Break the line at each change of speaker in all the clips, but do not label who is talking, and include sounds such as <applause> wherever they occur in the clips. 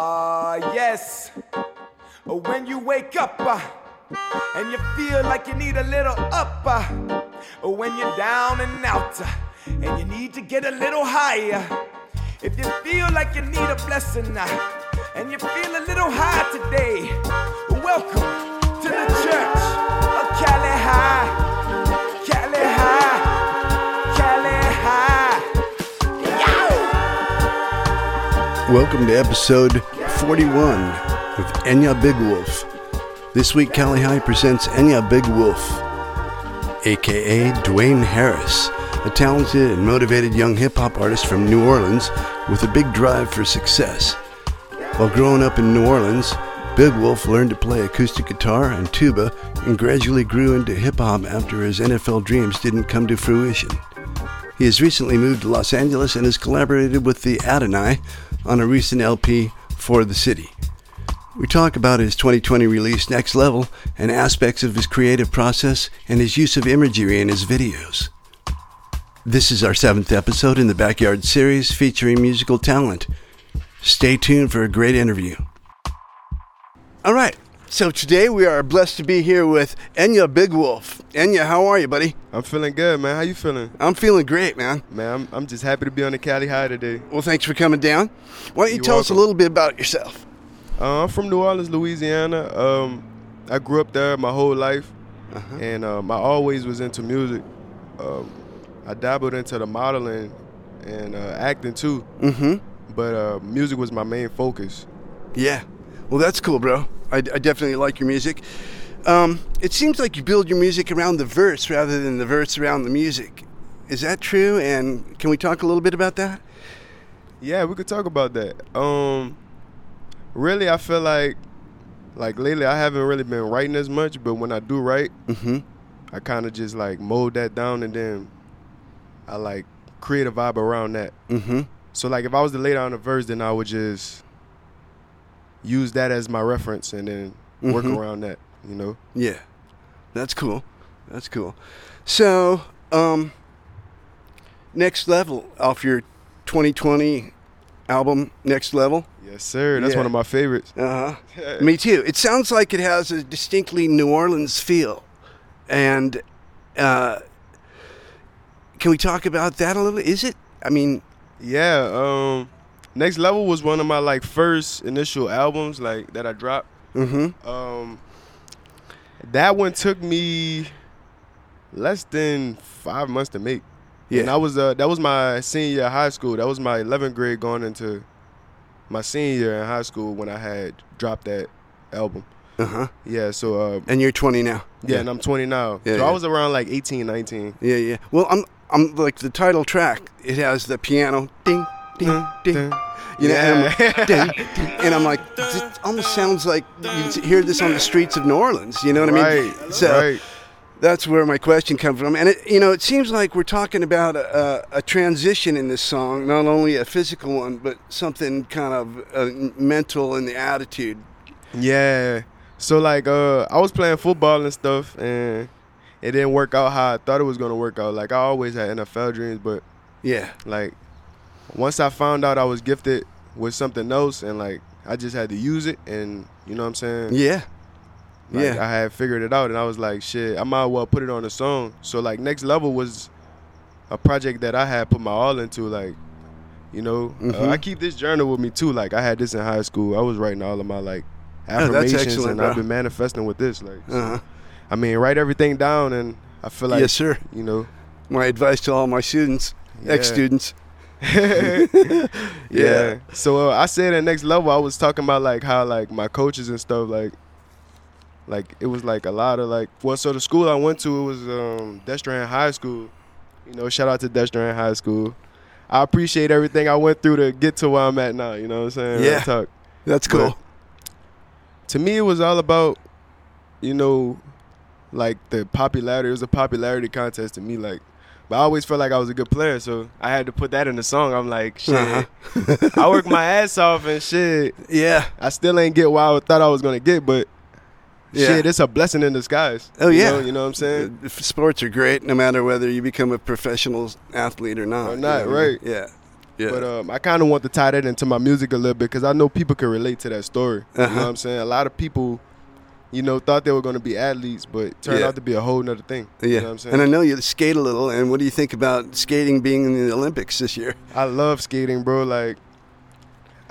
Uh, yes. Uh, When you wake up uh, and you feel like you need a little up, uh, uh, when you're down and out uh, and you need to get a little higher, if you feel like you need a blessing uh, and you feel a little high today, welcome to the church of Cali High, Cali High, Cali High. Yow!
Welcome to episode 41 of Enya Big Wolf. This week, Cali High presents Enya Big Wolf, aka Dwayne Harris, a talented and motivated young hip hop artist from New Orleans with a big drive for success. While growing up in New Orleans, Big Wolf learned to play acoustic guitar and tuba and gradually grew into hip hop after his NFL dreams didn't come to fruition. He has recently moved to Los Angeles and has collaborated with the Adonai on a recent LP for the city. We talk about his 2020 release Next Level and aspects of his creative process and his use of imagery in his videos. This is our seventh episode in the Backyard series featuring musical talent. Stay tuned for a great interview. All right, so today we are blessed to be here with Enya Big Wolf. Enya, how are you, buddy?
I'm feeling good, man. How you feeling?
I'm feeling great, man.
Man, I'm, I'm just happy to be on the Cali High today.
Well, thanks for coming down. Why don't you
You're
tell us a
welcome.
little bit about yourself?
Uh, I'm from New Orleans, Louisiana. Um, I grew up there my whole life, and um, I always was into music. Um, I dabbled into the modeling and uh, acting too,
Mm-hmm.
but uh, music was my main focus.
Yeah. Well, that's cool, bro. I, I definitely like your music. Um, it seems like you build your music around the verse rather than the verse around the music. Is that true? And can we talk a little bit about that?
Yeah, we could talk about that. Um, really, I feel like like lately I haven't really been writing as much, but when I do write,
Mm-hmm.
I kind of just like mold that down and then I like create a vibe around that.
Mm-hmm.
So like if I was to lay down a verse, then I would just use that as my reference and then work
Mhm.
around that, you know?
Yeah. That's cool. That's cool. So, um, next level off your 2020 album, Next Level.
Yes, sir. That's
Yeah.
one of my favorites.
Uh huh. Me too. It sounds like it has a distinctly New Orleans feel, and uh, can we talk about that a little? Is it? I mean,
Yeah, um Next Level was one of my like first initial albums like that I dropped.
mm-hmm.
Um that one took me less than 5 months to make.
Yeah.
And I was uh that was my senior year of high school. That was my 11th grade going into my senior year in high school when I had dropped that album.
Uh huh.
Yeah, so uh,
And you're 20 now.
yeah, and I'm 20 now.
Yeah,
so
yeah.
I was around like 18, 19.
Yeah, yeah. Well, I'm. I'm like the title track. It has the piano ding, ding,
Dun,
ding.
<laughs> dun.
You know, and,
Yeah.
I'm, ding, ding. and I'm like, it almost sounds like you hear this on the streets of New Orleans. You know what I mean?
right,
So,
right.
That's where my question comes from, and it, you know, it seems like we're talking about a, a, a transition in this song, not only a physical one, but something kind of uh, mental in the attitude.
Yeah. So like uh I was playing football and stuff and it didn't work out how I thought it was gonna work out. Like I always had NFL dreams, but
Yeah,
like once I found out I was gifted with something else and like I just had to use it and you know what I'm saying?
yeah,
Like,
yeah.
I had figured it out and I was like, shit, I might as well put it on a song. So like next level was a project that I had put my all into, like, you know. Uh,
Mhm.
I keep this journal with me too. Like I had this in high school. I was writing all of my like
<laughs> that's
affirmations
excellent,
and
bro.
I've been manifesting with this. Like so,
Uh-huh.
I mean, write everything down and I feel like
yes, sir.
you know.
My advice to all my students,
Yeah.
ex-students.
Yeah. So uh, I said at next level, I was talking about like how like my coaches and stuff like, like it was like a lot of like well, so the school I went to it was um, Destrehan High School. You know, shout out to Destrehan High School. I appreciate everything I went through to get to where I'm at now. You know what I'm saying?
Yeah.
Real talk.
That's cool.
To me, it was all about, you know, like the popularity. It was a popularity contest to me. Like, but I always felt like I was a good player, so I had to put that in the song.
<laughs>
I'm like, shit.
Uh-huh.
I worked my ass off and shit.
yeah,
I still ain't get what I thought I was gonna get, but
Yeah.
shit, it's a blessing in disguise.
Oh,
You
yeah.
know- you know what I'm saying?
Uh, sports are great, no matter whether you become a professional athlete or not.
Or not,
you know what I mean?
right.
Yeah, Yeah.
But um, I kind of want to tie that into my music a little bit because I know people can relate to that story.
Uh-huh.
You know what I'm saying? A lot of people, you know, thought they were going to be athletes, but turned
Yeah.
out to be a whole nother thing.
yeah.
You know what I'm saying?
and I know you skate a little. And what do you think about skating being in the Olympics this year?
I love skating, bro. Like,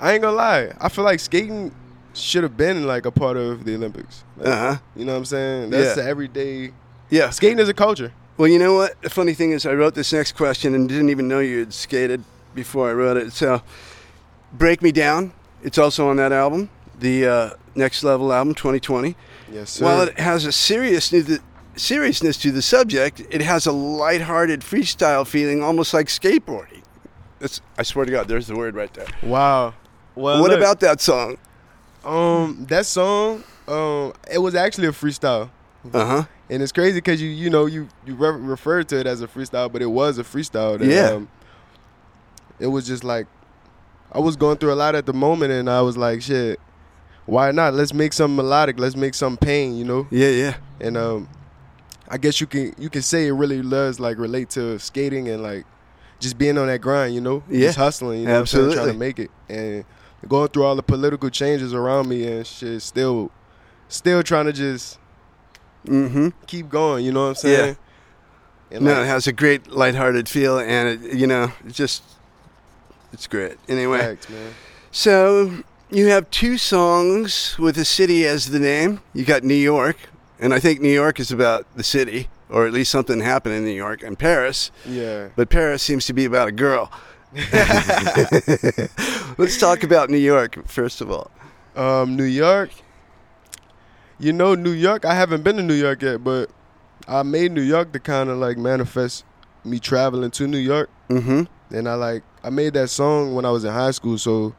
I ain't gonna lie. I feel like skating should have been like a part of the Olympics. Like,
Uh huh.
You know what I'm saying? That's
Yeah.
the everyday.
Yeah.
Skating is a culture.
Well, you know what? The funny thing is, I wrote this next question and didn't even know you had skated before I wrote it. So, Break Me Down. It's also on that album, the uh, Next Level album, 2020.
Yes, sir.
While it has a seriousness, seriousness to the subject, it has a lighthearted freestyle feeling, almost like skateboarding. That's, I swear to God, there's the word right there.
wow. Well,
what
Oh, look,
about that song?
um that song? Um, it was actually a freestyle.
Uh huh.
and it's crazy because you you know you you re- referred to it as a freestyle, but it was a freestyle. um,
Yeah.
it was just like I was going through a lot at the moment, and I was like, shit, why not? Let's make something melodic. Let's make some pain, you know.
Yeah, yeah.
And um, I guess you can you can say it really does like relate to skating and like just being on that grind, you know,
Yeah.
just hustling, you know, what I'm saying? trying to
Absolutely.
make it and going through all the political changes around me and shit, still still trying to just
Mm hmm.
keep going. You know what I'm saying? And
No, it
like,
has a great lighthearted feel, and it, you know, it's just it's great. Anyway,
facts, man.
so you have two songs with the city as the name. You got New York, and I think New York is about the city, or at least something happened in New York, and Paris.
Yeah.
But Paris seems to be about a
<laughs>
girl. Let's talk about New York first of all.
Um, New York. You know, New York. I haven't been to New York yet, but I made New York to kind of like manifest me traveling to New York.
Mm-hmm.
And I like I made that song when I was in high school. So,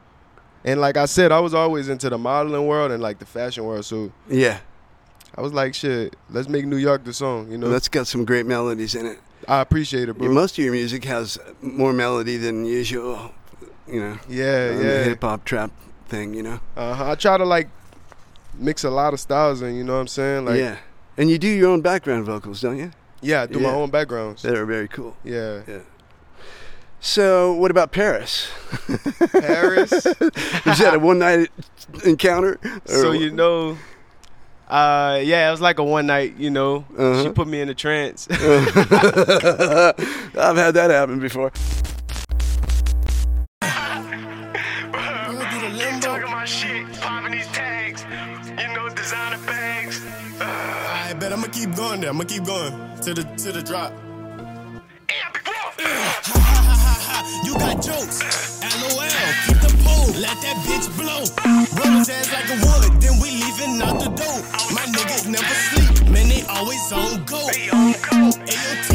and like I said, I was always into the modeling world and like the fashion world. So
Yeah,
I was like, shit, let's make New York the song. You know,
that's got some great melodies in it.
I appreciate it, bro.
Most of your music has more melody than usual. You know.
Yeah,
on the
yeah.
hip hop trap thing, you know.
Uh-huh. I try to like mix a lot of styles in. You know what I'm saying? Like,
yeah, and you do your own background vocals, don't you?
Yeah, I do my
Yeah.
own backgrounds.
That are very cool.
Yeah.
Yeah. So, what about Paris?
<laughs>
<laughs>
Paris.
Was that a one night encounter?
So
Or-
you know, uh, yeah, it was like a one night. You know,
Uh-huh.
she put me in a trance.
<laughs>
<laughs>
I've had that happen before.
Talking my shit, popping these tags, you know, designer bags.
I bet I'ma keep going there. I'ma keep going to the to the drop. You got jokes. LOL. Keep the pole. Let that bitch blow. Roll his ass like a wood. Then we leaving out the door. My niggas never sleep. Man, they always on go. AOT.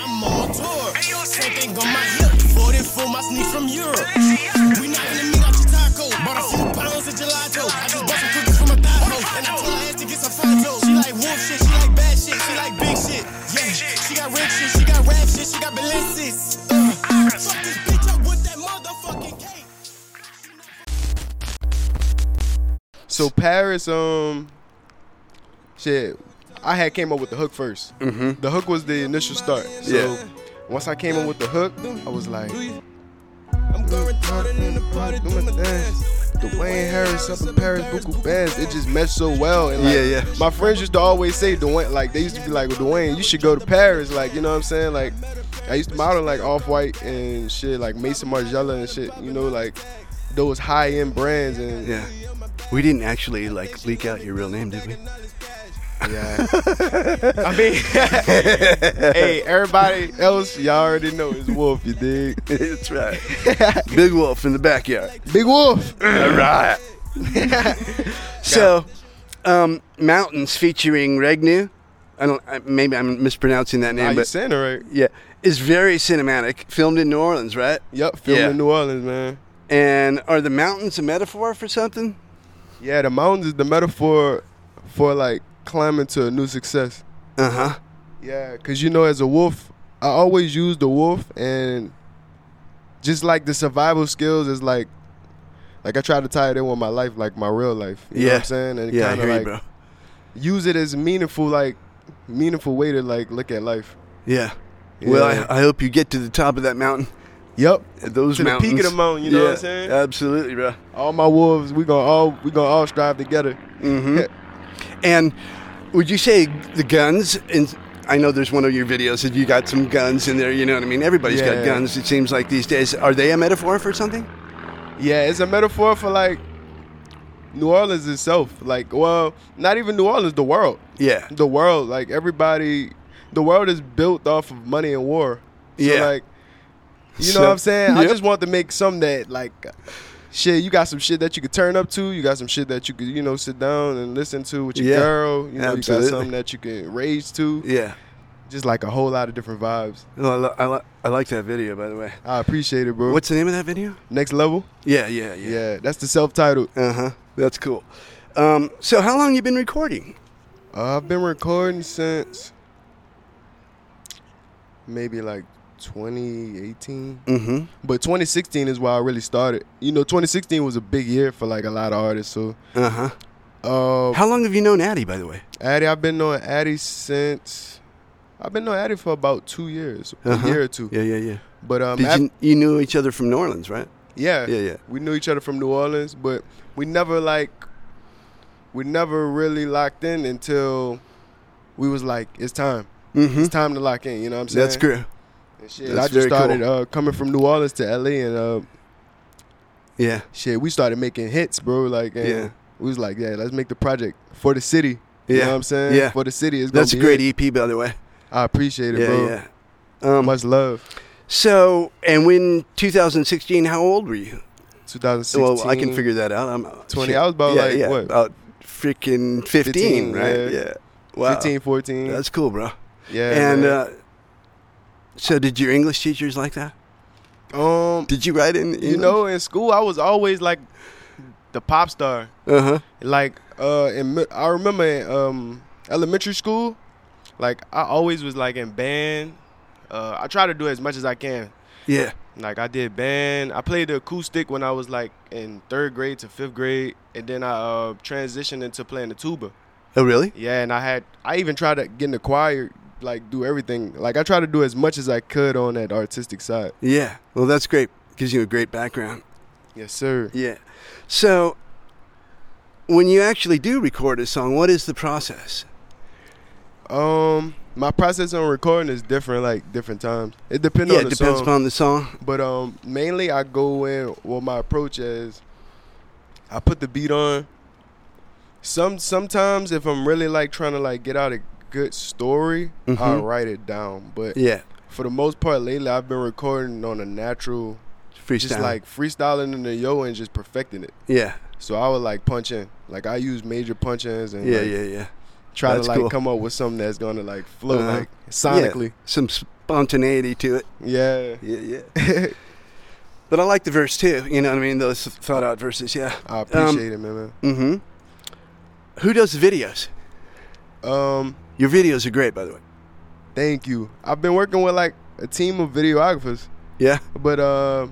I'm on tour. Same thing on my hip. 44, my sneak from Europe. We not gonna meet out your taco. Bought a few pounds of gelato. I just bought some cookies from a thigh hole. And I told her ass to get some fato. She like wolf shit. She like bad shit. She like big shit. Yeah. She got rich shit. She got rap shit. She got balances. Uh, fuck this bitch up with that motherfucking cake.
So Paris, um, shit, I had came up with the hook 1st Mm-hmm. The hook was the initial start. So
Yeah.
once I came up with the hook, I was like,
I'm going through it in the party,
doing my dance. Dwayne Harris up in Paris, Buku Bands. It just meshed so well. And like,
Yeah, yeah.
My friends used to always say, Dwayne, like, they used to be like, Dwayne, you should go to Paris. Like, you know what I'm saying? Like, I used to model like Off White and shit, like Mason Margiela and shit, you know, like those high end brands. And
Yeah, we didn't actually like leak out your real name, did we? <laughs>
Yeah. <laughs> I mean, <laughs> hey, everybody else, y'all already know it's Wolf, you dig?
That's
<laughs>
right. Big Wolf in the backyard.
Big Wolf.
All right. so, um, mountains featuring Regnu. I don't. I, maybe I'm mispronouncing that
Are
name,
Ah, you
but
saying it right?
Yeah, it's very cinematic. Filmed in New Orleans, right?
Yep, filmed
Yeah.
in New Orleans, man.
And are the mountains a metaphor for something?
Yeah, the mountains is the metaphor for like climbing to a new success.
Uh huh.
Yeah, cause you know, as a wolf, I always use the wolf, and just like the survival skills is like, like I try to tie it in with my life, like my real life. You know what I'm saying? And
yeah, I
kinda,
hear you,
like,
bro.
use it as a meaningful, like meaningful way to like look at life.
Yeah. Well,
Yeah.
I, I hope you get to the top of that mountain uh,
Yep.
Those
To the peak of the
mountains.
mountain, you know what I'm
Yeah,
saying?
Absolutely, bro.
All my wolves, we gonna all we gonna all strive together.
And would you say the guns? And I know there's one of your videos that you got some guns in there. You know what I mean? Everybody's
Yeah.
got guns. It seems like these days. Are they a metaphor for something?
<laughs> Yeah, it's a metaphor for like New Orleans itself. Like, well, not even New Orleans, the world.
Yeah.
The world, like everybody, the world is built off of money and war. So,
Yeah.
Like, you
So-
know what I'm saying? I
Yep.
just want to make some that like, shit. You got some shit that you could turn up to. You got some shit that you could, you know, sit down and listen to with your
Yeah.
girl. You know,
Absolutely.
you got something that you can rage to.
Yeah.
Just like a whole lot of different vibes.
No, I, li- I, li- I like that video, by the way.
I appreciate it, bro.
What's the name of that video?
next level?
Yeah, yeah, yeah.
Yeah, that's the self-titled.
Uh huh. That's cool. Um, so, how long you been recording?
Uh, I've been recording since maybe like 2018,
Mm-hmm.
but 2016 is where I really started. You know, 2016 was a big year for like a lot of artists. So,
Uh huh.
uh,
How long have you known Addy, by the way?
Addy, I've been knowing Addy since I've been knowing Addy for about two years,
Uh-huh.
a year or two.
Yeah, yeah, yeah.
But um,
Did
af-
you, you knew each other from New Orleans, right?
Yeah.
Yeah, yeah.
We knew each other from New Orleans, but we never like we never really locked in until we was like, it's time.
Mhm.
It's time to lock in, you know what I'm saying?
That's great.
And shit,
That's
I just
very
started
cool.
uh, coming from New Orleans to LA and uh,
Yeah.
shit, we started making hits, bro. Like and
Yeah.
we was like, Yeah, let's make the project for the city. You
Yeah.
know what I'm saying?
Yeah.
For the city. It's gonna
That's a
be
great
it.
EP, by the way.
I appreciate it,
Yeah,
bro.
yeah. Um,
Much love.
so, and when 2016, how old were you?
2016.
Well, I can figure that out. I'm uh,
20. I was about,
yeah,
like,
yeah,
what?
About freaking 15,
15,
right?
yeah.
Yeah. Wow.
15, 14.
That's cool, bro.
yeah.
and
man.
uh, so, did your English teachers like that?
um
Did you write in?
you know, in school I was always like the pop star.
Uh huh.
Like uh in mi- I remember in um elementary school, like I always was like in band. Uh I try to do as much as I can.
Yeah.
Like I did band. I played the acoustic when I was like in 3rd grade to 5th grade and then I uh transitioned into playing the tuba.
Oh, really?
Yeah, and I had I even tried to get in the choir, like do everything. Like I tried to do as much as I could on that artistic side.
Yeah. Well, that's great. Gives you a great background.
Yes, sir.
Yeah. So, when you actually do record a song, what is the process?
Um, my process on recording is different, like different times. It depends
yeah,
on
it
Oh, the
depends
song.
upon the song.
but um, mainly I go in. Well, my approach is, I put the beat on. Some sometimes if I'm really like trying to like get out a good story, I
Mhm.
write it down. But
Yeah.
for the most part lately, I've been recording on a natural,
Freestyle.
just like freestyling in the yo and just perfecting it.
Yeah.
So I would like punch in. Like I use major punch ins and
Yeah,
like,
yeah, yeah.
try
That's
to like
cool.
come up with something that's gonna like flow
Uh-huh.
like sonically.
Yeah, some spontaneity to it.
Yeah,
Yeah, yeah.
<laughs>
but I like the verse too. You know what I mean? Those thought out verses. Yeah.
I appreciate it, man.
Mm hmm. Who does the videos?
man. Um,
Your videos are great, by the way.
thank you. I've been working with like a team of videographers,
Yeah.
but uh,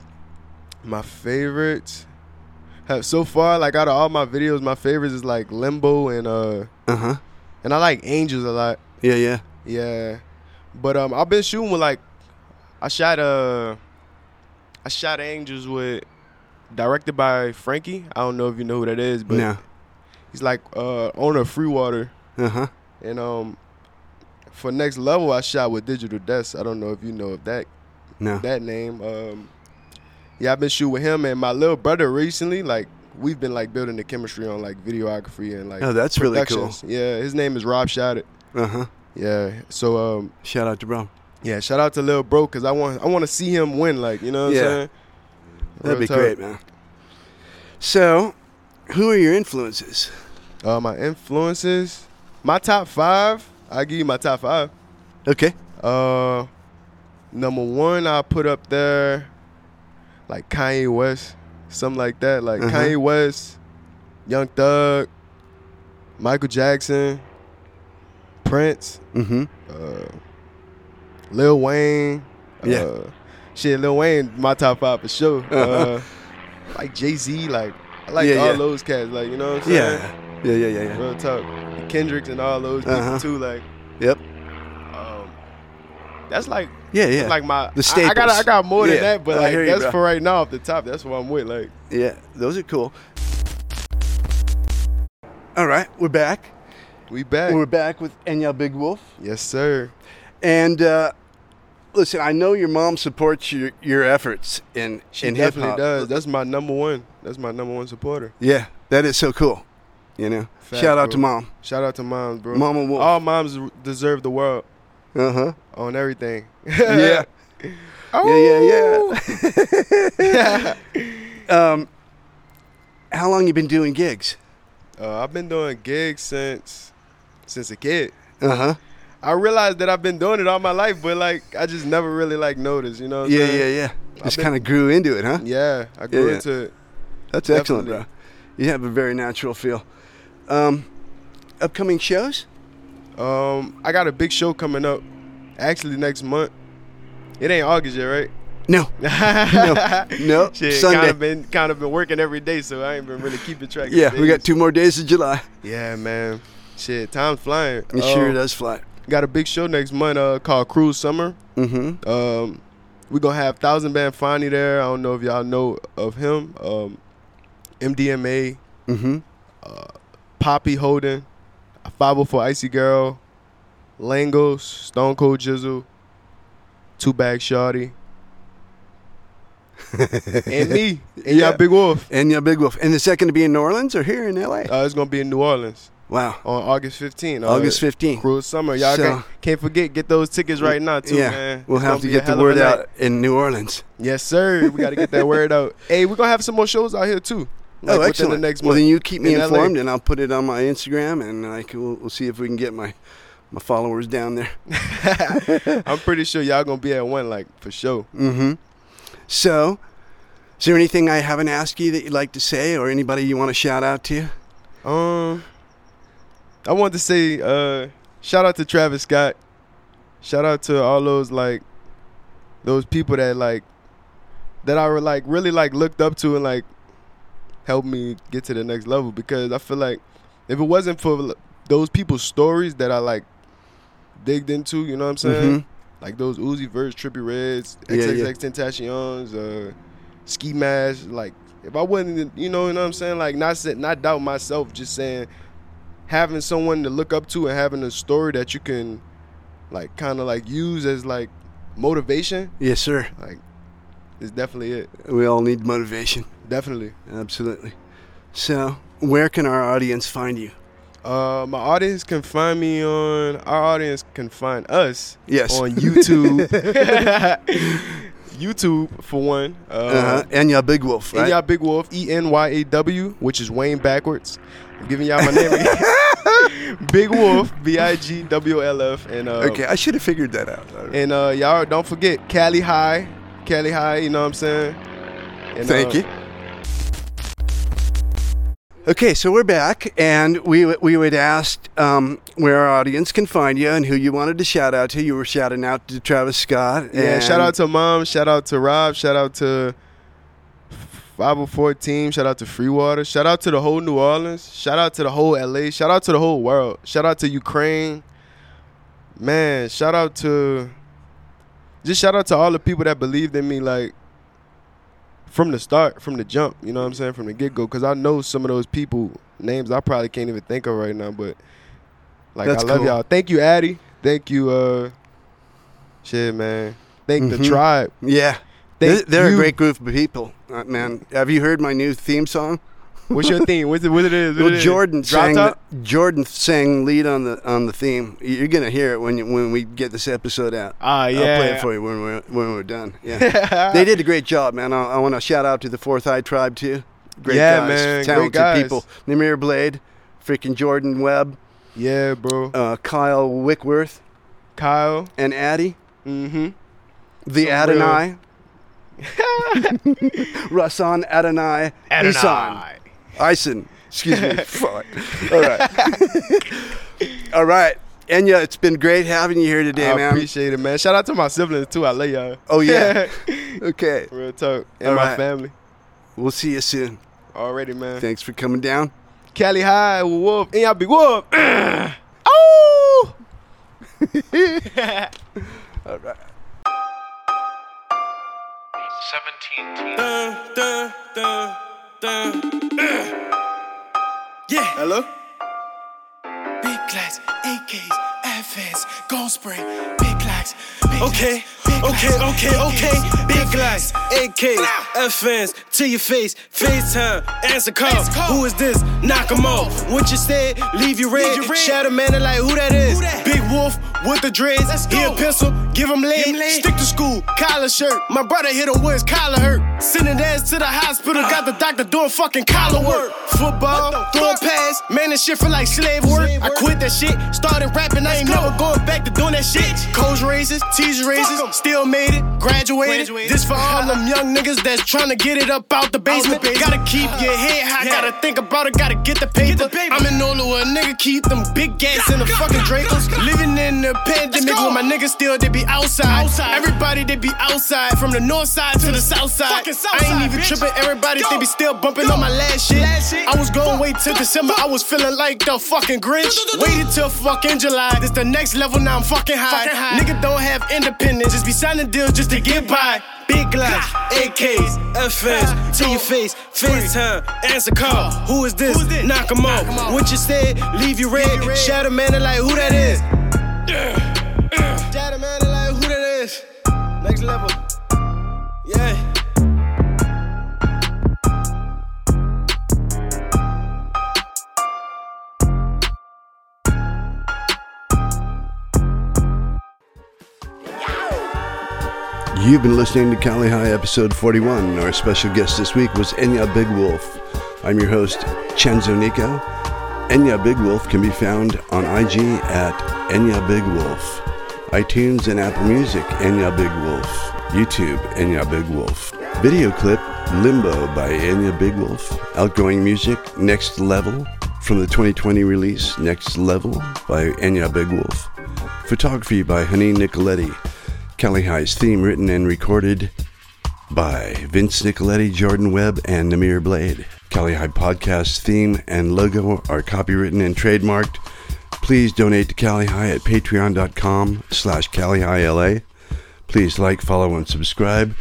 my favorites have so far like out of all my videos, my favorites is like Limbo and uh,
Uh huh.
and I like Angels a lot.
Yeah, yeah.
Yeah, but um, I've been shooting with like I shot uh, I shot Angels with directed by Frankie. I don't know if you know who that is, but
no.
he's like uh owner of Free Water.
Uh huh.
And um, for next level, I shot with Digital Desk. I don't know if you know of that
No.
that name. Um, yeah, I've been shooting with him and my little brother recently. Like we've been like building the chemistry on like videography and like
Oh, that's really cool.
productions. Yeah, his name is Rob Shot It.
Uh huh.
Yeah, so um,
Shout out to Bro.
yeah, shout out to Lil Bro because I want I want to see him win. Like you know what
Yeah.
I'm saying?
That'd
Real
be
talk.
great, man. So, who are your influences?
Uh, my influences, my top five. I give you my top five.
Okay.
Uh, number one, I put up there like Kanye West, something like that. Like
Uh-huh.
Kanye West, Young Thug, Michael Jackson, Prince,
Mm-hmm.
uh, Lil Wayne.
Yeah.
Uh, shit, Lil Wayne, my top five for sure.
<laughs> Uh-huh.
Uh, like Jay Z, like I like
Yeah,
all
yeah.
those cats. Like you know what I'm saying?
Yeah. Yeah, yeah, yeah, yeah.
Real talk. Kendricks and all those
Uh-huh.
people too. Like
Yep.
um,
That's like
Yeah, yeah.
that's like my
The
I, I got
staples.
I got more
Yeah,
than that, but
I
like
hear you,
that's
bro.
for right now off the top. That's what I'm with. Like
Yeah, those are cool. All right, we're back.
We back.
We're back with Enya Big Wolf.
yes, sir.
And uh, listen, I know your mom supports your, your efforts in,
She
in hip
definitely
hop.
does. That's my number one. That's my number one supporter.
Yeah, that is so cool. You know,
Fact,
shout out to
bro.
mom.
Shout out to moms, bro.
Mama Wolf.
All moms deserve the world
Uh huh.
on everything. <laughs>
Yeah. Yeah, yeah,
<laughs>
yeah. <laughs> um, how long you been doing gigs?
Uh, I've been doing gigs since since a kid.
Uh
Uh-huh.
huh.
I realized that I've been doing it all my life, but like I just never really like noticed, you know? What I'm
Yeah, yeah,
saying?
yeah. Just
been-
kind of grew into it, huh?
Yeah, I grew
Yeah.
into it.
That's excellent, bro.
Definitely.
You have a very natural feel. Um, upcoming shows?
Um, I got a big show coming up, actually next month. It ain't August yet, right? <laughs>
No, <laughs> no, no.
Shit, kind
Sunday.
of been kind of been working every day, so I ain't been really keeping track.
yeah,
of
we got
days.
two more days of July.
Yeah, man. Shit, time's flying.
It sure
Um,
does fly.
Got a big show next month uh, called Cruise Summer.
Mm-hmm.
Um, we gonna have Thousand Band Fonny there. I don't know if y'all know of him. Um, MDMA,
Mm-hmm.
Uh, Poppy Holden, 504 Icy Girl, Langos, Stone Cold Jizzle, Two
<laughs>
Bag Shawty, and me, and
Yeah.
y'all Big Wolf.
And your Big Wolf. And the second to be in New Orleans or here in L.A.
Uh, Oh, it's gonna be in New Orleans
wow.
on August 15th. Uh,
August 15th.
Cruise Summer. Y'all
So-
can't, can't forget. Get those tickets right now too,
yeah,
man.
we'll
It's
have
gonna
to
be a
get the
hell of a
word
night.
out in New Orleans.
Yes, sir. We got to get that
<laughs>
word out. Hey, we're gonna have some more shows out here too. Like,
oh,
within
excellent.
The next
well,
month
then you keep me
in LA.
informed, and I'll put it on my Instagram, and I can, we'll, we'll see if we can get my my followers down
<laughs>
there.
I'm pretty sure y'all gonna be at one, like for sure.
Mm-hmm. So, is there anything I haven't asked you that you'd like to say, or anybody you want to shout out to?
Um, I wanted to say uh, shout out to Travis Scott. Shout out to all those like those people that like that I were like really like looked up to and like helped me get to the next level because I feel like if it wasn't for l- those people's stories that I like digged into, you know what I'm saying? Like those Uzi Verts, Trippy Reds,
Yeah, yeah.
XXX Tentacion's, uh, Ski Mask. Like if I wasn't, you know, you know what I'm saying? Like not sa- not doubt myself, just saying having someone to look up to and having a story that you can like kind of like use as like motivation
Yes, sir.
like is definitely it
We all need motivation.
definitely
Absolutely. So, where can our audience find you?
uh my audience can find me on our audience can find us
Yes. <laughs>
on youtube <laughs> youtube for one uh,
Uh-huh. And your Big Wolf,
and
right?
y'all big wolf E e-n-y-a-w which is wayne backwards i'm giving y'all my
<laughs>
name again. big wolf b-i-g-w-l-f and uh
okay, I should have figured that out.
And uh, y'all don't forget Cali High, Cali High. You know what I'm saying? And,
Thank
uh,
you. Okay, so we're back, and we we would ask um, where our audience can find you and who you wanted to shout out to. You were shouting out to Travis Scott.
Yeah.
and-
Shout out to mom. Shout out to Rob. Shout out to 504 team. Shout out to Free Water. Shout out to the whole New Orleans. Shout out to the whole LA. Shout out to the whole world. Shout out to Ukraine. Man, shout out to just shout out to all the people that believed in me like from the start, from the jump, you know what I'm saying, from the get go. Cause I know some of those people names I probably can't even think of right now, but like
That's
I love
cool.
y'all. Thank you, Addy. Thank you, uh shit, man. Thank the
Mhm.
tribe.
yeah,
Thank
they're, they're a
you.
great group of people, uh, man. Have you heard my new theme song?
What's your theme? What's it? What it is? What
Well,
it is?
Jordan
Drop
sang
top?
Jordan sang lead on the on the theme. You're gonna hear it when you, when we get this episode out.
Ah,
I'll play
yeah.
it for you when we're when we're
<laughs>
done. Yeah, they did a great job, man. I, I want to shout out to the Fourth Eye Tribe too. Great
Yeah,
guys,
man, great
talented
guys.
people. Namir Blade, freaking Jordan Webb,
Yeah, bro.
uh, Kyle Wickworth,
Kyle.
and Addy,
Mm-hmm.
the Adonai, <laughs> Rasan Adonai, Isan. Ison. Excuse me. <laughs>
<laughs>
Fuck. All right. All right. Enya, it's been great having you here today,
I
man.
appreciate it, man. Shout out to my siblings too. I love y'all.
oh
<laughs>
yeah. okay.
Real talk. And
All
my
right.
family.
We'll see you soon.
Already, man.
Thanks for coming down.
Cali High, Wolf, <laughs> and
<laughs>
y'all big Wolf. oh! Hello?
Big glass, AKs, FS, gold spray, big glass.
Okay, okay, okay, okay. Big glass, AK, FNs, to your face, FaceTime, answer call. Who is this? Knock 'em off. What you said, leave you red. Shadow man, they like, who that is? Big wolf with the dreads. He a pencil, give him lead. Stick to school, collar shirt. My brother hit him with his collar hurt. Sending ass to the hospital, got the doctor doing fucking collar work. Football, throwing pass, man, this shit feel like slave work. I quit that shit, started rapping, I ain't never going back to doing that shit. Coach raises, teaser raises, still made it, graduated. This for all them <laughs> young niggas that's trying to get it up out the basement. Gotta keep your head high, gotta think about it, gotta get the paper. I'm in Nola where a nigga keep them big gas in the fucking Dracos. Living in the pandemic
go.
when my niggas still, they be outside. Everybody, they be outside, from the north side to the south side.
Fucking south
I
side,
ain't even
bitch.
tripping, everybody, they be still bumping on my last shit. I was going wait till December, I was feeling like the fucking Grinch. Waited till fucking July, this the next level, now I'm fucking high.
Fucking high.
Nigga don't have independence, just be signing deals just to get by. Big glass, AKs, FNs, to your face, FaceTime, answer call. Who is this? Knock 'em off. What you said, leave you red. Shadow man, they like, who that is? Shadow man, they like, who that is? Next level. Yeah.
You've been listening to Cali High episode 41. Our special guest this week was Enya Big Wolf. I'm your host, Chenzo Nico. Enya Big Wolf can be found on IG at Enya Big Wolf, iTunes and Apple Music, Enya Big Wolf, YouTube, Enya Big Wolf. Video clip Limbo by Enya Big Wolf. Outgoing music Next Level from the 2020 release Next Level by Enya Big Wolf. Photography by Honey Nicoletti. Kelly High's theme written and recorded by Vince Nicoletti, Jordan Webb, and Namir Blade. Kelly High Podcast theme and logo are copywritten and trademarked. Please donate to Cali High at patreon.com slash Cali High LA. Please like, follow, and subscribe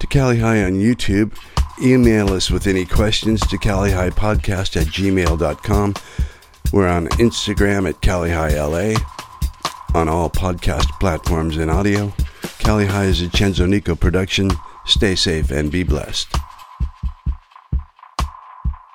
to Cali High on YouTube. Email us with any questions to Cali High Podcast at gmail.com. We're on Instagram at Cali High LA on all podcast platforms and audio. Cali High is a Chenzo Nico production. Stay safe and be blessed.